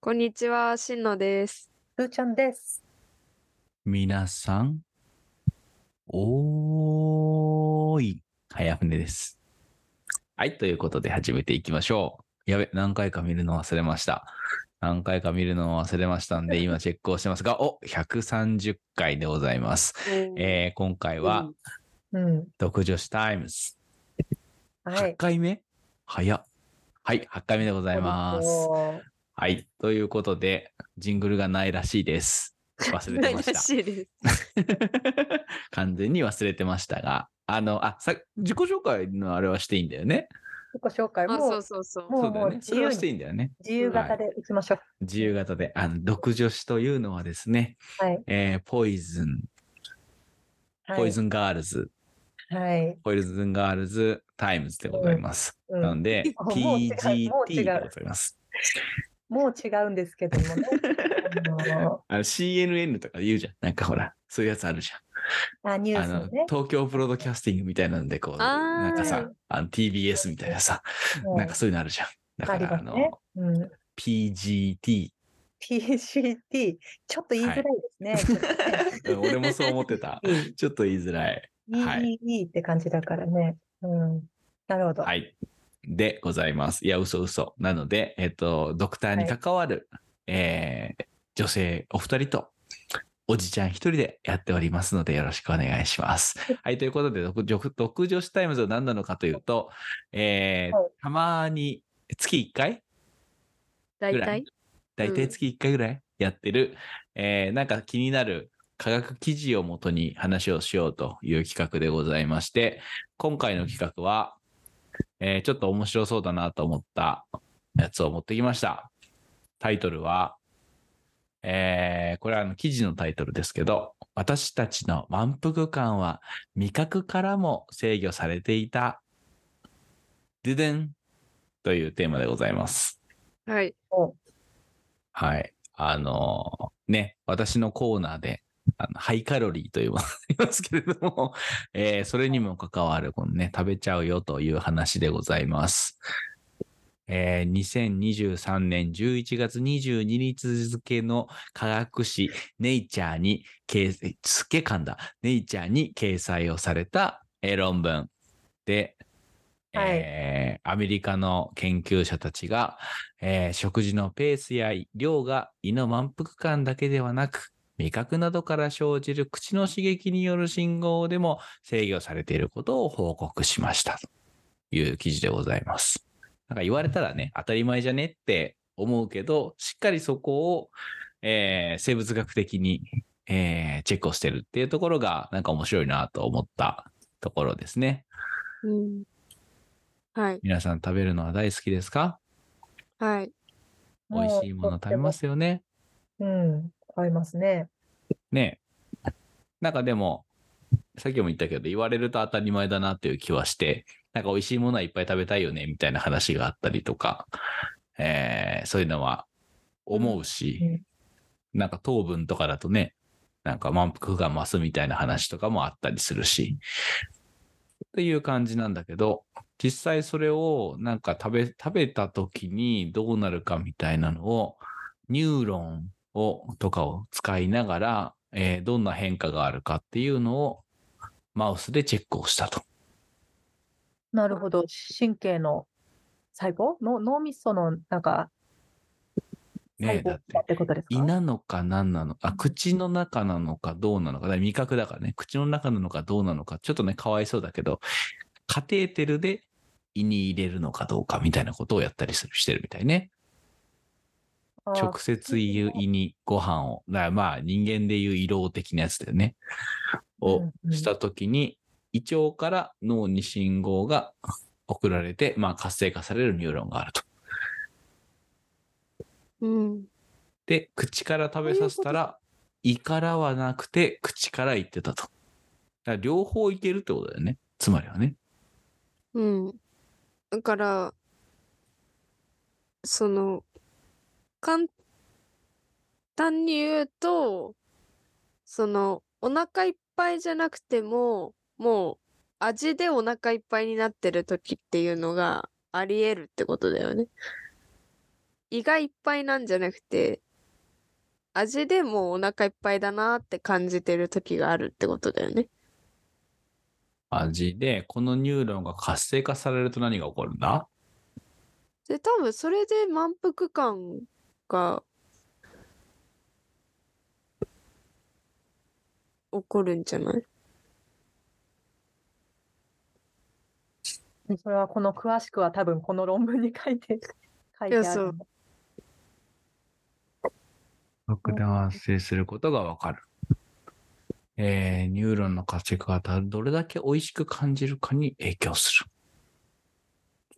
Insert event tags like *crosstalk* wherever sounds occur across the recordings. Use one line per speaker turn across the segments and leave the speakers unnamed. こんにちは、しんのです。
ふーちゃんです。
皆さん、おーい、早船です。はい、ということで始めていきましょう。やべ、何回か見るの忘れました。何回か見るのを忘れましたん
*laughs*
で、今チェックをしてますが、お、130回でございます。えー今回は、
うん。
独女子タイムズ。
は
8
い。
回目、早っ。はい、8回目でございます。はい、ということで、ジングルがないらしいです。忘れてました
ら。しいです。
*laughs* 完全に忘れてましたが、あの、あ、さ、自己紹介のあれはしていいんだよね。
自己紹介
あ、そ
も
うそうそう。
もう
そうだよね。
自
そ
由に
れはしていいんだよね。
自由形でいきましょ
自由形で、あの、毒女子というのはですね、
う。はい。
えーポイズン、
はい
ポイズンガールズ、
はい。
ポイズンガールズタイムズでございます。
うん
なので、
*laughs* もうもう違う
PGT で
もう違う
ございます。
もう違うんですけども
*laughs*
ね。あの
あの、CNN とか言うじゃん。なんかほら、そういうやつあるじゃん。
あ、ニュー
あ
ス
の
のね、。
東京プロドキャスティングみたいなんで、こう、
あー
なんかさ、あの TBS みたいなさ、
うん
なんかそういうのあるじゃん。だか
あり
ら、
ま
あ
す
の、
ね。うん。
PGT
PCT、ちょっと言いづらいですね。。
うん俺もそう思ってた
い
ちょっと言いづらい。
い
はい
いいいって感じだからね。うん。なるほど。
はい。でございます。いや、嘘嘘。なので、えっと、ドクターに関わる、えー女性お二人と、おじちゃん一人でやっておりますので、よろしくお願いします。はい。ということで、毒女毒女子タイムズは何なのかというと、えー
はい
たまに月1回
大
ぐら
体
い大体月1回ぐらいやってる、えーなんか気になる科学記事をもとに話をしようという企画でございまして、今回の企画は、えーちょっと面白そうだなと思ったやつを持ってきました。タイトルは、えーこれはあの記事のタイトルですけど、私たちの満腹感は味覚からも制御されていた。ででんというテーマでございます。
はい。
お
はい。あのね、私のコーナーで、あのハイカロリーというものがありますけれども、 *laughs* えーそれにも関わる、このね、食べちゃうよという話でございます。えー2023年11月22日付の科学誌、ネイチャーに掲載、すっげえ噛んだ、ネイチャーに掲載をされた、えー論文で、
はい
えーアメリカの研究者たちが、えー食事のペースや量が胃の満腹感だけではなく、味覚などから生じる口の刺激による信号でも制御されていることを報告しました。という記事でございます。なんか言われたらね、当たり前じゃねって思うけど、しっかりそこを、えー生物学的に、えーチェックをしてるっていうところが、なんか面白いなと思ったところですね。
うんはい。
皆さん食べるのは大好きですか
はい。
美味しいもの食べま。すよね。
もうとってもうん。食べますね。
ねなんかでも、さっきも言ったけど、言われると当たり前だなっていう気はして、なんか美味しいものはいっぱい食べたいよね、みたいな話があったりとか、えーそういうのは思うし、なんか糖分とかだとね、なんか満腹が増すみたいな話とかもあったりするし、という感じなんだけど、実際それをなんか食べ、食べた時にどうなるかみたいなのを、ニューロンを、とかを使いながら、えーどんな変化があるかっていうのをマウスでチェックをしたと。
なるほど。神経の細胞の脳みそのなんか細
ねだ
胞
って
だってことですか
胃なのか何なのか、口の中なのかどうなのか、だから味覚だからね、口の中なのかどうなのか、ちょっとね、かわいそうだけど、カテーテルで胃に入れるのかどうかみたいなことをやったりするしてるみたいね。
あー
直接言う胃にご飯を、だからまあ人間でいう胃ろう的なやつだよね。を
うんうん
した時に、胃腸から脳に信号が送られて、まあ活性化されるニューロンがあると。
うん。
で、口から食べさせたら、胃からはなくて口から行ってたと。だから両方いけるってことだよね。つまりはね。
うん。だから、その、簡単に言うと、その、お腹いっぱいじゃなくても、もう、味でお腹いっぱいになってる時っていうのがあり得るってことだよね。胃がいっぱいなんじゃなくて、味でもうお腹いっぱいだなって感じてる時があるってことだよね。
味で、このニューロンが活性化されると何が起こるんだ
で、多分それで満腹感が起こるんじゃない
それはこの詳しくは多分この論文に書いて、 *laughs* 書い
い
てあ
やそ
る
う。
爆弾発生することがわかる。えー、ニューロンの活性化がどれだけ美味しく感じるかに影響する。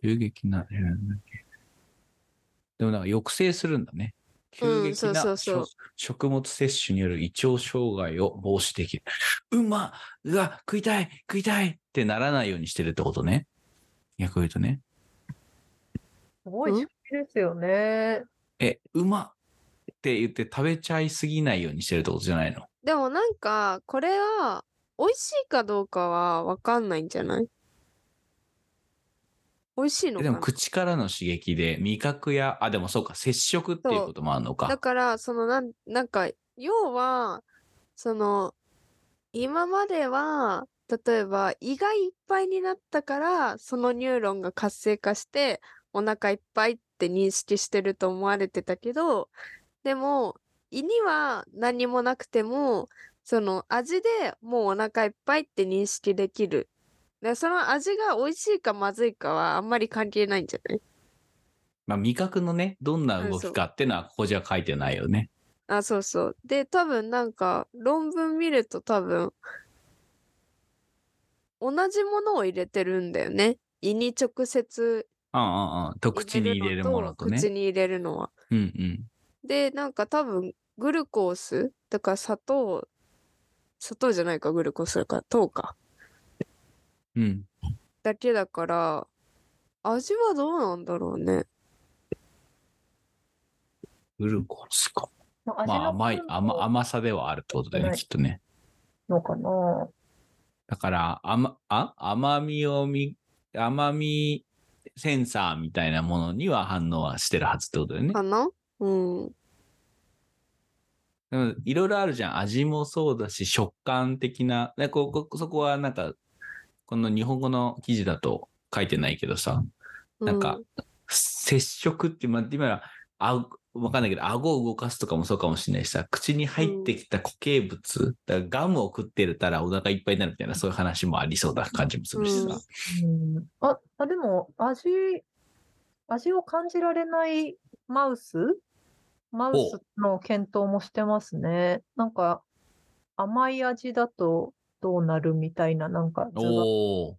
急激な、えーでもなんか抑制するんだね。急
うん
激
そう
な
そうそう
食食物摂取による胃腸障害を防止できる。うまうわ食いたい食いたいってならないようにしてるってことね。逆を言うとね。
すごい仕組みですよね。
え、うまって言って食べちゃいすぎないようにしてるってことじゃないの
でもなんか、これは美味しいかどうかはわかんないんじゃない美味しいのか
えでも
な
口からの刺激で味覚や、あ、でもそうか、接触っていうこともあるの
だ
か。
から、そのなん、なんか、要は、その、今までは、例えば胃がいっぱいになったから、そのニューロンが活性化して、お腹いっぱいって認識してると思われてたけど、でも、胃には何もなくても、その味でもうお腹いっぱいって認識できる。でその味が美味しいかまずいかはあんまり関係ないんじゃない
まあ、味覚のね、どんな動きかっていうのは、ここじゃ書いてないよね。
あ、そうそう。で、多分なんか、論文見ると多分、同じものを入れてるんだよね。胃に直接
うんうんうん。と口に入れるものとね。
口に入れるのは。
うんうん。
で、なんか多分、グルコース、だから砂糖、砂糖じゃないか、グルコースだから糖か。
うん。
だけだから、味はどうなんだろうね。
グルコースか。
まあ、味
まあ、
の
甘い
感、
甘、甘さではあるってことだよね、
はい
きっとね。
のかな。
だから、甘、あ甘みをみ、甘みセンサーみたいなものには反応はしてるはずってことだよね。
かなうん。
でもいろいろあるじゃん。味もそうだし、食感的な。ね、ここそこはなんか、この日本語の記事だと書いてないけどさ、なんか
う、
接触って、まあ、今は、あわかんないけど、顎を動かすとかもそうかもしれないしさ、口に入ってきた固形物、だからガムを食ってるたらお腹いっぱいになるみたいな、そういう話もありそうな感じもするしさ。
うん
うん、あ、あでも味、味を感じられないマウスマウスの検討もしてますね。なんか、甘い味だとどうなるみたいな、なんか図が
おお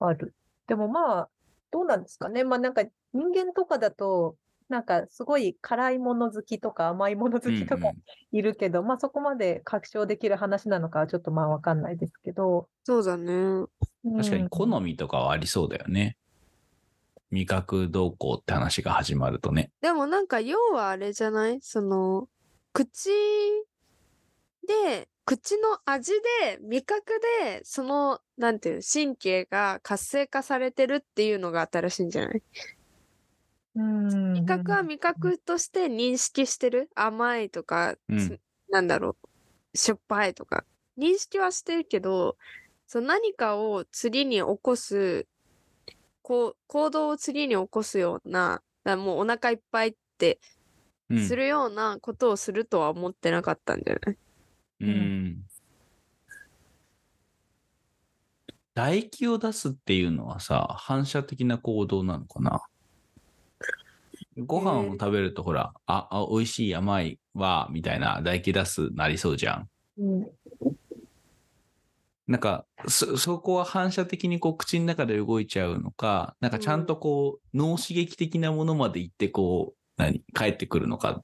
ある。でもまあ、どうなんですかね。まあなんか人間とかだと、なんかすごい辛いもの好きとか甘いもの好きとかいるけど、まあそこまで確証できる話なのかはちょっとまあわかんないですけど。
そうだね。
確か
う
に
ん
好みとかはありそうだよね。味覚動向って話が始まるとね。
でもなんか要はあれじゃないその口で口の味で味覚でそのなんていうの神経が活性化されてるっていうのが新しいんじゃない
うん
味覚は味覚として認識してる甘いとか、
うん
つなんだろうしょっぱいとか認識はしてるけどその何かを次に起こすこう行動を次に起こすようなだからもうお腹いっぱいって
うん
するようなことをするとは思ってなかったんじゃない、
うん。唾液を出すっていうのはさ、反射的な行動なのかなご飯を食べるとほら、あ、あ、美味しい、甘い、わー、みたいな、唾液出す、なりそうじゃん。
うん
なんか、そ、そこは反射的にこう、口の中で動いちゃうのか、なんかちゃんとこう、脳刺激的なものまで行ってこう、何帰ってくるのか。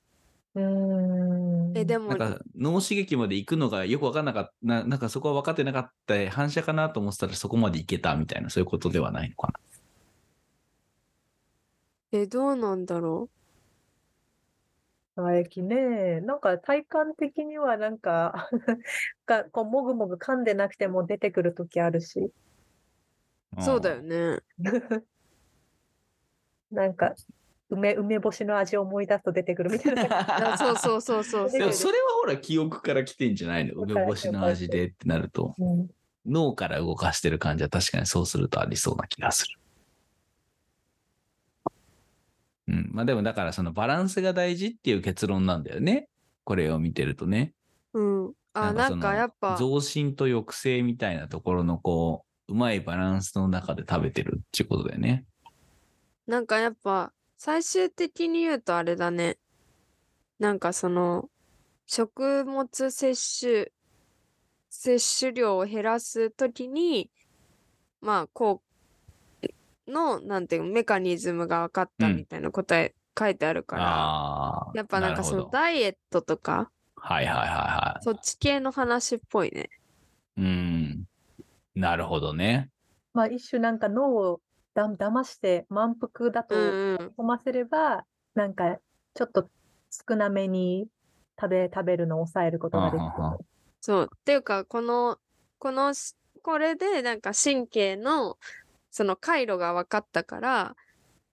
うーん
えでも
なんか、脳刺激まで行くのがよくわかんなかった、ななんかそこは分かってなかった、反射かなと思ってたらそこまで行けたみたいな、そういうことではないのかな。
えどうなんだろ
唾液ね、なんか体感的にはなんか *laughs* が、こう、もぐもぐ噛んでなくても出てくるときあるし、
うそうだよね
なんか、梅、梅干しの味を思い出すと出てくるみたい
*laughs*
な。
あそうそうそうそう
で
で
そ
も
う。
それはほら記憶から来てんじゃないの梅干しの味でってなると
うん
脳から動かしてる感じは確かにそうするとありそうな気がする。うん、まあでもだからそのバランスが大事っていう結論なんだよねこれを見てるとね。
うん。あ、なん
その
かやっぱ、
増進と抑制みたいなところのこううまいバランスの中で食べてるっていうことだよね。
なんかやっぱ、最終的に言うとあれだね。なんかその、食物摂取、摂取量を減らすときに、まあ、こう、の、なんていうのメカニズムが分かった
うん
みたいな答え、書いてあるから、
ああー
やっぱなん
る
か
ほ
その
ど
ダイエットとか、
はいはいはいは
そっち系の話っぽいね。
い。うん。なるほどね。
まあ一種なんか脳をだ騙して満腹だと
うん
思
うん。
わせれば、なんかちょっと少なめに食べ、食べるのを抑えることができる
あはは
そう。っていうか、この、このし、これで、なんか神経の、その回路が分かったから、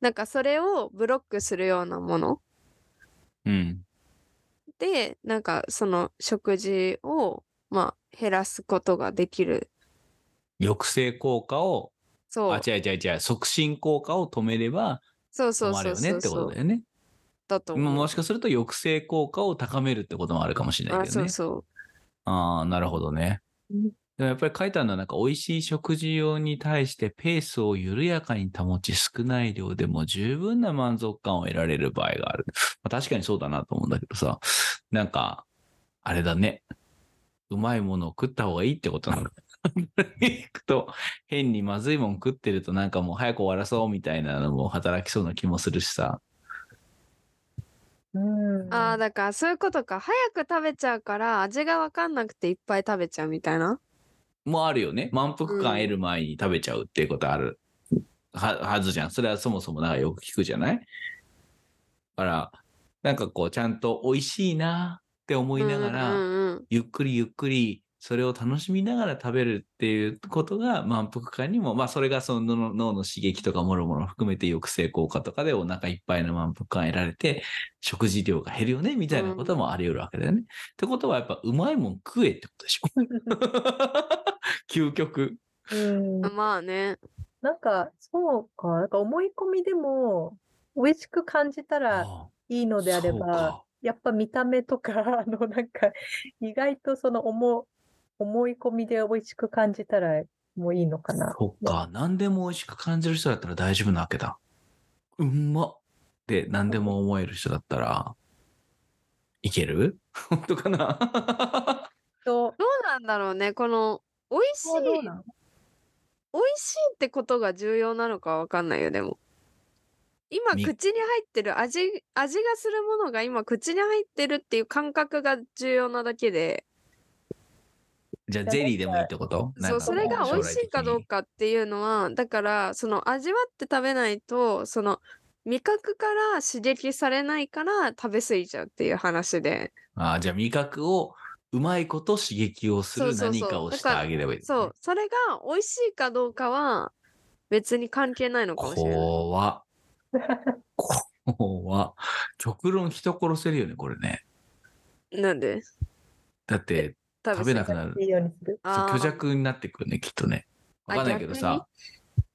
なんかそれをブロックするようなもの
うん。
で、なんかその食事を、まあ、減らすことができる。
抑制効果を、
そ
あ、
う。
違う違う違う、促進効果を止めれば
そうそ
止
う
ま
そ
る
う
よね
そ
っ
う
てこ
そ
と
う
だ。よね。
だと
まあ
思う。
もしかすると抑制効果を高めるってこともあるかもしれない
あ、
けど
そ
ね
う。そ
ああ、なるほどね。
うん
でもやっぱり書いてあるのは、なんか美味しい食事用に対してペースを緩やかに保ち少ない量でも十分な満足感を得られる場合がある。まあ、確かにそうだなと思うんだけどさ、なんか、あれだね。うまいものを食った方がいいってことなの。行くと、変にまずいもん食ってるとなんかもう早く終わらそうみたいなのも働きそうな気もするしさ。
うん
う。ああ、だからそういうことか。早く食べちゃうから味が分かんなくていっぱい食べちゃうみたいな。
もあるよね。満腹感得る前に食べちゃうっていうことある、ははずじゃん。それはそもそもなんかよく聞くじゃないだから、なんかこう、ちゃんと美味しいなって思いながら、
うんうんうん、
ゆっくりゆっくり、それを楽しみながら食べるっていうことが満腹感にも、まあそれがその脳の脳の刺激とかもろもろ含めて抑制効果とかでお腹いっぱいの満腹感得られて、食事量が減るよねみたいなこともあり得るわけだよね。ってことはやっぱうまいもん食えってことでしょ *laughs* 究極。
*laughs* うん
まあね。
なんか、そうか、なんか思い込みでも、美味しく感じたら
あ
いいのであれ
そう
ば、
か
やっぱ見た目とか、あ *laughs* の、なんか、意外とその思う、思い込みで美味しく感じたらもういいのかな。
そっか。何でも美味しく感じる人だったら大丈夫なわけだ。うんまっって何でも思える人だったら、いける本当かな
と、
どうなんだろうね。この、美味しい、
どう
美味
なの
しいってことが重要なのかわかんないよ、でも。今、
み
口に入ってる味、味がするものが今、口に入ってるっていう感覚が重要なだけで、
じゃあゼリーでもいいってこと
そ
なんか
う、それが
将来
美味しいかどう
的に
かっていうのは、だから、その、味わって食べないと、その、味覚から刺激されないから食べ過ぎちゃうっていう話で。
ああ、じゃあ味覚をうまいこと刺激をす
そう
る
そう
何
そう
かをしてあげればいい。
そう、それが美味しいかどうかは、別に関係ないのかもしれない。
怖っ怖っ極論人殺せるよね、これね。
なんで
だって食べなくなる。
いいようにする。
そう
あー
虚弱になってくるね、きっとね。わかんないけど
あ
さ、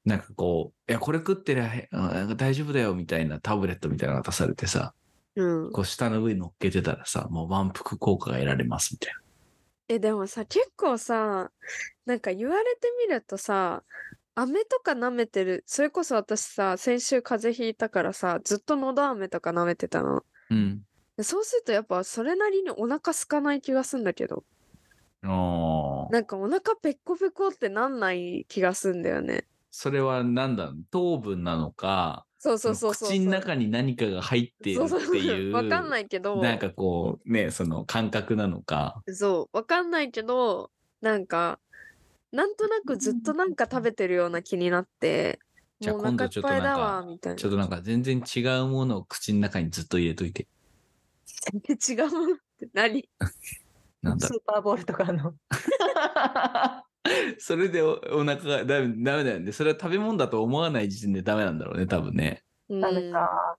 なんかこう、いや、これ食ってりゃへうん大丈夫だよみたいなタブレットみたいなの渡されてさ、
うん。
こう下の上に乗っけてたらさ、もう満腹効果が得られますみたいな。
え、でもさ、結構さ、なんか言われてみるとさ、飴とか舐めてる。それこそ私さ、先週風邪ひいたからさ、ずっとのど飴とか舐めてたの。
うん。
でそうするとやっぱそれなりにお腹空かない気がすんだけど。
あー
なんかお腹ペッコペコってなんない気がすんだよね。
それは何だろう糖分なのか、
そうそうそうそうそう。
口の中に何かが入っている
そう
って
そうそう
いう、
わかんないけど。
なんかこう、ね、その感覚なのか。
そう、わかんないけど、なんか、なんとなくずっとなんか食べてるような気になって、
じゃあ
もうお腹いっぱいだわ、みたいな。
ちょっとなんか全然違うものを口の中にずっと入れといて。
*laughs* 違うものって何
なんだ
スーパーボールとかの。
*laughs* それでおお腹がダメダメだよね。それは食べ物だと思わない時点でダメなんだろうね、多分ね。
うん
ダメか。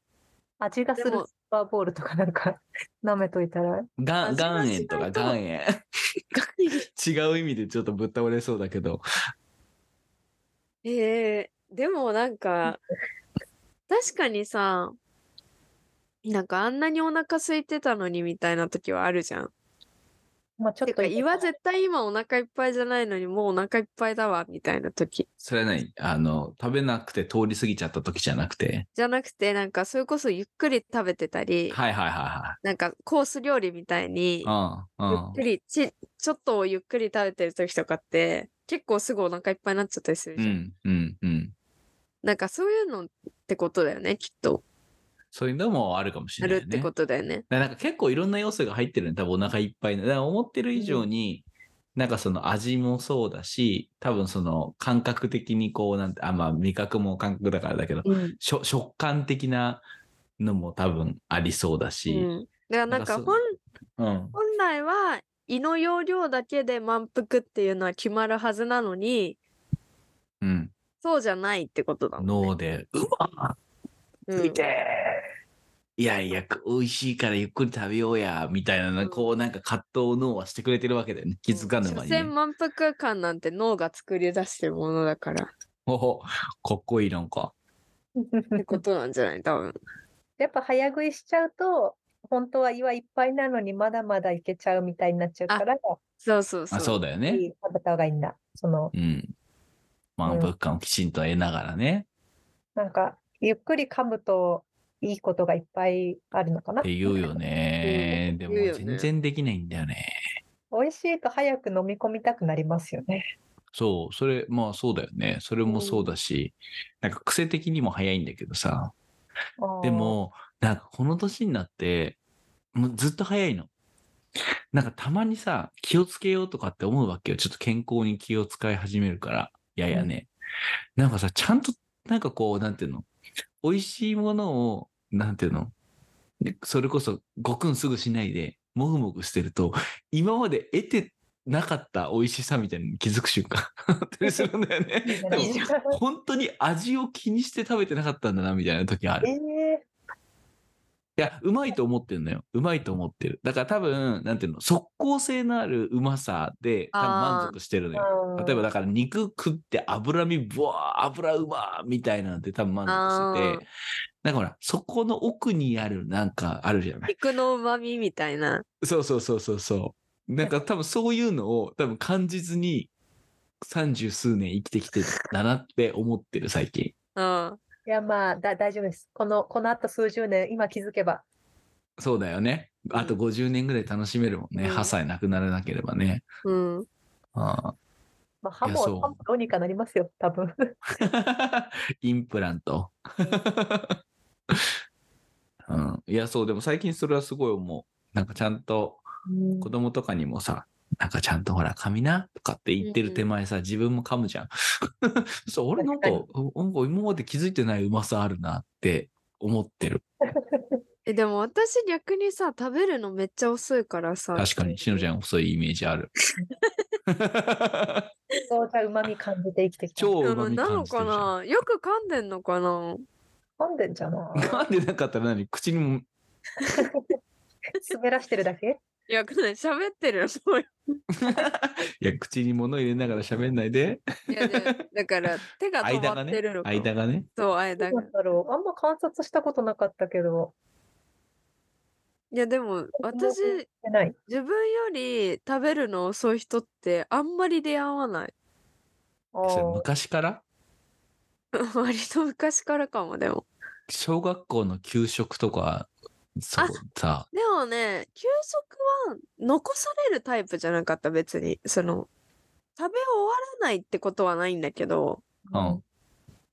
味がする
でも
スーパーボールとかなんか *laughs* 舐めといたら、
がん
味が
岩塩とか
しないと
岩塩。 *laughs* 違う意味でちょっとぶっ倒れそうだけど。
えー、でもなんか、確かにさ、なんかあんなにお腹空いてたのにみたいな時はあるじゃん。
まあちょってと
か、
言
胃は絶対今お腹いっぱいじゃないのに、もうお腹いっぱいだわ、みたいな時。
それは何あの、食べなくて通り過ぎちゃった時じゃなくて。
じゃなくて、なんかそれこそゆっくり食べてたり、
はいはいは
なんかコース料理みたいに
い、はい。
ゆ
うん。
っ
う
く
ん。
りち、ちょっとをゆっくり食べてる時とかって、結構すぐお腹いっぱいになっちゃったりする
う
じゃん。
ん。うん。うん。
なんかそういうのってことだよね、きっと。
そういうのもあるかもし
あ
れない、
る
ね。
ってことだよね。
だからなんか結構いろんな要素が入ってるね。多分お腹いっぱいの。だから思ってる以上に、なんかその味もそうだし、多分その感覚的にこうなんて、あ、まあ味覚も感覚だからだけど、
うん。
しょ食感的なのも多分ありそうだ
う
し。
ん、だからなんか
なんかそう
本
うん。
本来は胃の容量だけで満腹っていうのは決まるはずなのに
うん。
そうじゃないってことだもん、
脳で、うわ
う
食い
ん
てーいやいや、美味しいからゆっくり食べようや、みたいな、
うん
こうなんか葛藤を脳はしてくれてるわけだよね。気づかぬ間
所
にね、
詮満腹感なんて脳が作り出してるものだからっ
ほほ、かっこいいなんか。
てことなんじゃない多分
*laughs* やっぱ早食いしちゃうと、本当は胃はいっぱいなのにまだまだいけちゃうみたいになっちゃうから、やっ
そうそうそう
あ、そうだよ
ぱ
ね。
り食べた方がいいんだ。その、
うん。満腹感をきちんと得ながらね、
なんか、ゆっくり噛むといいことがいっぱいあるのかな。
って言うよね。
うん
で
言う
も
よね
全然できないんだよね。
美味しいと早く飲み込みたくなりますよね。
そう、それ、まあそうだよね。それもそうだし、なんか癖的にも早いんだけどさ。でも、なんかこの年になって、もうずっと早いの。なんかたまにさ、気をつけようとかって思うわけよ。ちょっと健康に気を使い始めるから、ややね。なんかさ、ちゃんと、なんかこう、なんていうの、美味しいものを、なんていうの、でそれこそごくんすぐしないで、もぐもぐしてると、今まで得てなかった美味しさみたいなのに気づく瞬間 *laughs* あったりするんだよね。
いいじゃ
で
ない
も
*laughs* いいじゃん
本当に味を気にして食べてなかったんだな、みたいな時ある
え。 *laughs* え
いや、うまいと思ってるのよ。うまいと思ってる。だから多分、なんていうの、即効性のあるうまさで、多分
あー
満足してるのよ。
ー
例えばだから肉食って脂身ぶわー油うまーみたいなので多分満足しててなんかほらそこの奥にあるなんかあるじゃない
肉のうまみみたいな
そうそうそうそうそうなんか多分そういうのを多分感じずに三十数年生きてきてたなって思ってる最近
うん
いや、まあ、だ、大丈夫です。この、この後数十年、今気づけば。
そうだよねあと
うん
50年ぐらい楽しめるもんね、
うん
8歳なくならなければね
うん
あー
まあ、歯
いや
も、
そう
歯もどうにかなりますよ、多分。
*laughs* インプラント。うん、いやそうでも最近それはすごい思うなんかちゃんと子供とかにもさなんかちゃんとほら噛みなとかって言ってる手前さ、自分も噛むじゃん。 *laughs* そう俺なんかなん
確
か今まで気づいてないうまさあるなって思ってる
えでも私逆にさ食べるのめっちゃ遅いからさ
確かにしのちゃんそういうイメージある
そうじゃ、うまみ感じて生きてきた。
超うま
うん
み
な
感
の
じて
か
るじゃん
なよく噛んでんのかな
噛んでんじゃな
*laughs*
い。
噛んでなかったら何口にも *laughs*
滑らしてるだけ
いや *laughs* これ喋ってるそう
いや口に物入れながら喋んないで
いやねだから手が止ま
間が
って
ね
るのかも
間がね
そう
ど
間
う
が
なんだろう。あんま観察したことなかったけど、
いやでも私
してない。
自分より食べるの遅い人ってあんまり出会わない *laughs*
あ
それ
ー
昔から
割と昔からかもでも
小学校の給食とかそう
あ
さ
でもね給食は残されるタイプじゃなかった別にその食べ終わらないってことはないんだけど
うん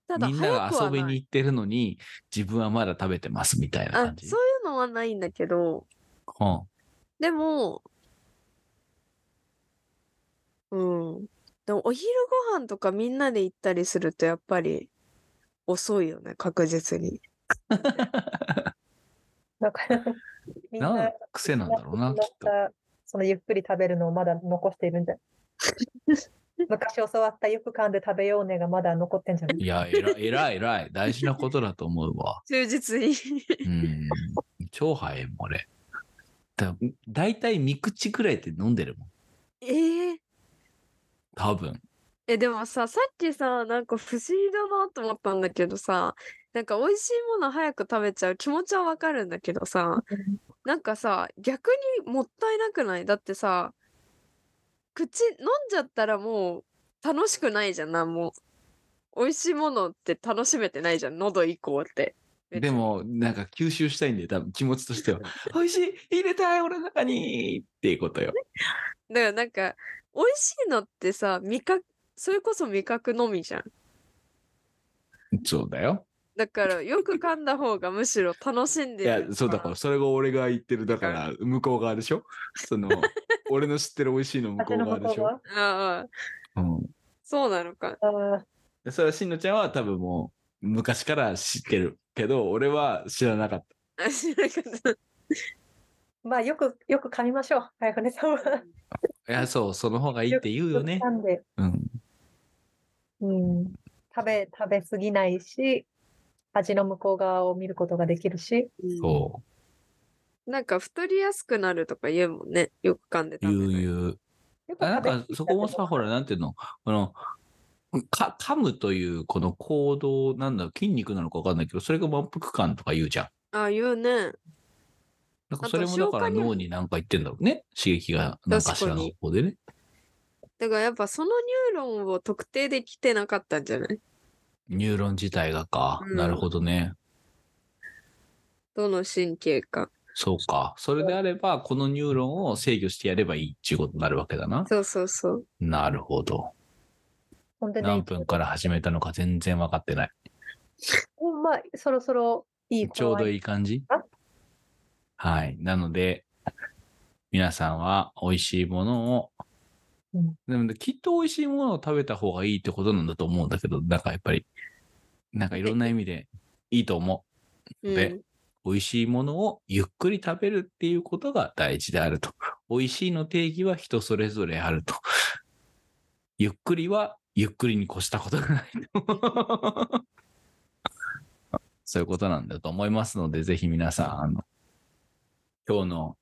ただ
みんな
早
が
く
遊
は
び
な
に
い
行ってるのに自分はまだ食べてますみたいな
あ
感じ
そういうのはないんだけど
うん
でもうんでもお昼ご飯とかみんなで行ったりするとやっぱり遅いよね確実に
*laughs*
なんか、 *laughs* みん
な
な、
癖なんだろうなきっと *laughs*
そのゆっくり食べるのをまだ残しているんじゃ昔教わったよく噛んで食べようねがまだ残ってんじゃない
いや、えらえらい、えらい。大事なことだと思うわ。
忠実に。
うん。超早いもん、俺。だだいたい3口くらいって飲んでるもん。
ええ
多分。
え、でもさ、さっきさ、なんか不思議だなと思ったんだけどさ、なんか美味しいもの早く食べちゃう気持ちはわかるんだけどさ、なんかさ、逆にもったいなくないだってさ、口飲んじゃったらもう楽しくないじゃん、なんも。美味しいものって楽しめてないじゃん、喉以降って。別
で
に、
も、なんか吸収したいんで、多分気持ち
*laughs*
としては。美味しい入れたい俺の中にっていうことよ。
だからなんか、美味しいのってさ、味覚、それこそ味覚のみじゃん。
そうだよ。
だから、よく噛んだ方がむしろ楽しん
い
で
や
る、
そうだ
か
からら、それが俺が言ってる、だから、向こう側でしょそ *laughs* の、俺の知ってる美味しいの向こう側でしょ、
ああ、
うん
そうなのか。 *laughs*
あ
で、それはしんのちゃんは多分もう、昔から知ってるけど、俺は知らなかっ
あ知らなかっ
ーまあよく、よく噛みましょう。 *laughs* 早船さんは。
た。いや、そう、その方がいいって言うよね
噛。んで、
うん。
うん、食べ、食べ過ぎないし、味の向こう側を見ることができるし、
た。
そう。
なんか太りやすくなるとか言うもんね。よく噛んでた。
言う言う。
よく
あなん
食べ過ぎ
か
ちゃ
そこも
って
さ、ほら、なんていうの、この、か噛むというこの行動、なんだろう、筋肉なのかわかんないけど、それが満腹感とか言うじゃん。
あ言うね。
なんか
あと
それもだか
消
ら
化にも
脳に何か言ってんだろうね。刺激が何かしらの方でね。
だからやっぱそのニューロンを特定できてなかったんじゃない
ニューロン自体がか。
うん
なるほどね。
どの神経か。
そうか。それであれば、このニューロンを制御してやればいいっていうことになるわけだな。
そうそうそう。
なるほど。
ほんでね
何分から始めたのか全然分かってない。
うんまあ、そろそろいい
ちょうど
い。
いい感じ
あ
はい。なので、皆さんは美味しいものを、
うん
でもねきっと美味しいものを食べた方がいいってことなんだと思うんだけど、なんかやっぱり、なんかいろんな意味でいいと思
うん、
でう。美味しいものをゆっくり食べるっていうことが大事であると。美味しいの定義は人それぞれあると。ゆっくりはゆっくりに越したことがないと。 *laughs* そういうことなんだと思いますので、ぜひ皆さん、あの、今日の、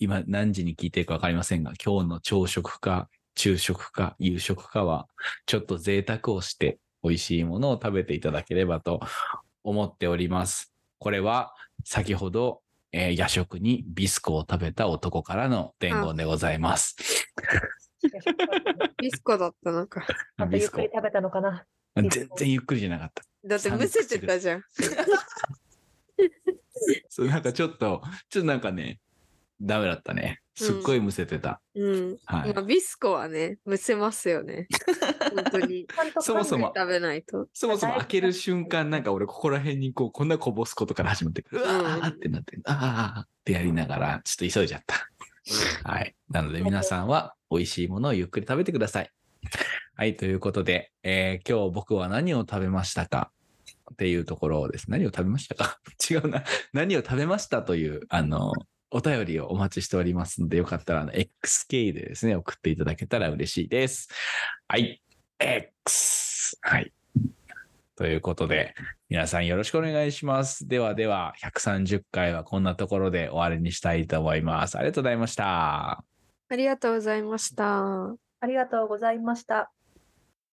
今何時に聞いてるかわかりませんが、今日の朝食か昼食か夕食かは、ちょっと贅沢をして美味しいものを食べていただければと思っております。これは先ほど、えー夜食にビスコを食べた男からの伝言でございます。
ビスコだったのか。
あと
ビ
ゆっ
ス
く
コ
り。食べたのか
*laughs*
な。
全然ゆっくりじゃなかった。
だってむせてたじゃん。
そうなんかちょっと、ちょっとなんかね、ダメだったね。すっごいむせてた。
うん。
はい
まあ、ビスコはね、むせますよ
*laughs*
ね。本当に。
ちゃんと
そもそも
食べないと。
そもそも開ける瞬間、なんか俺ここら辺にこう、こんなこぼすことから始まって、うわーってなって、あーってやりながら、ちょっと急いじゃった。はい。なので皆さんは美味しいものをゆっくり食べてください。はい。ということで、えー今日僕は何を食べましたかっていうところをです。何を食べましたか *laughs* 違うな。何を食べましたという、あの、お便りをお待ちしておりますので、よかったら、あの、XK でですね、送っていただけたら嬉しいです。はい。X。はい。ということで、皆さんよろしくお願いします。ではでは、130回はこんなところで終わりにしたいと思います。ありがとうございました。
ありがとうございました。
ありがとうございました。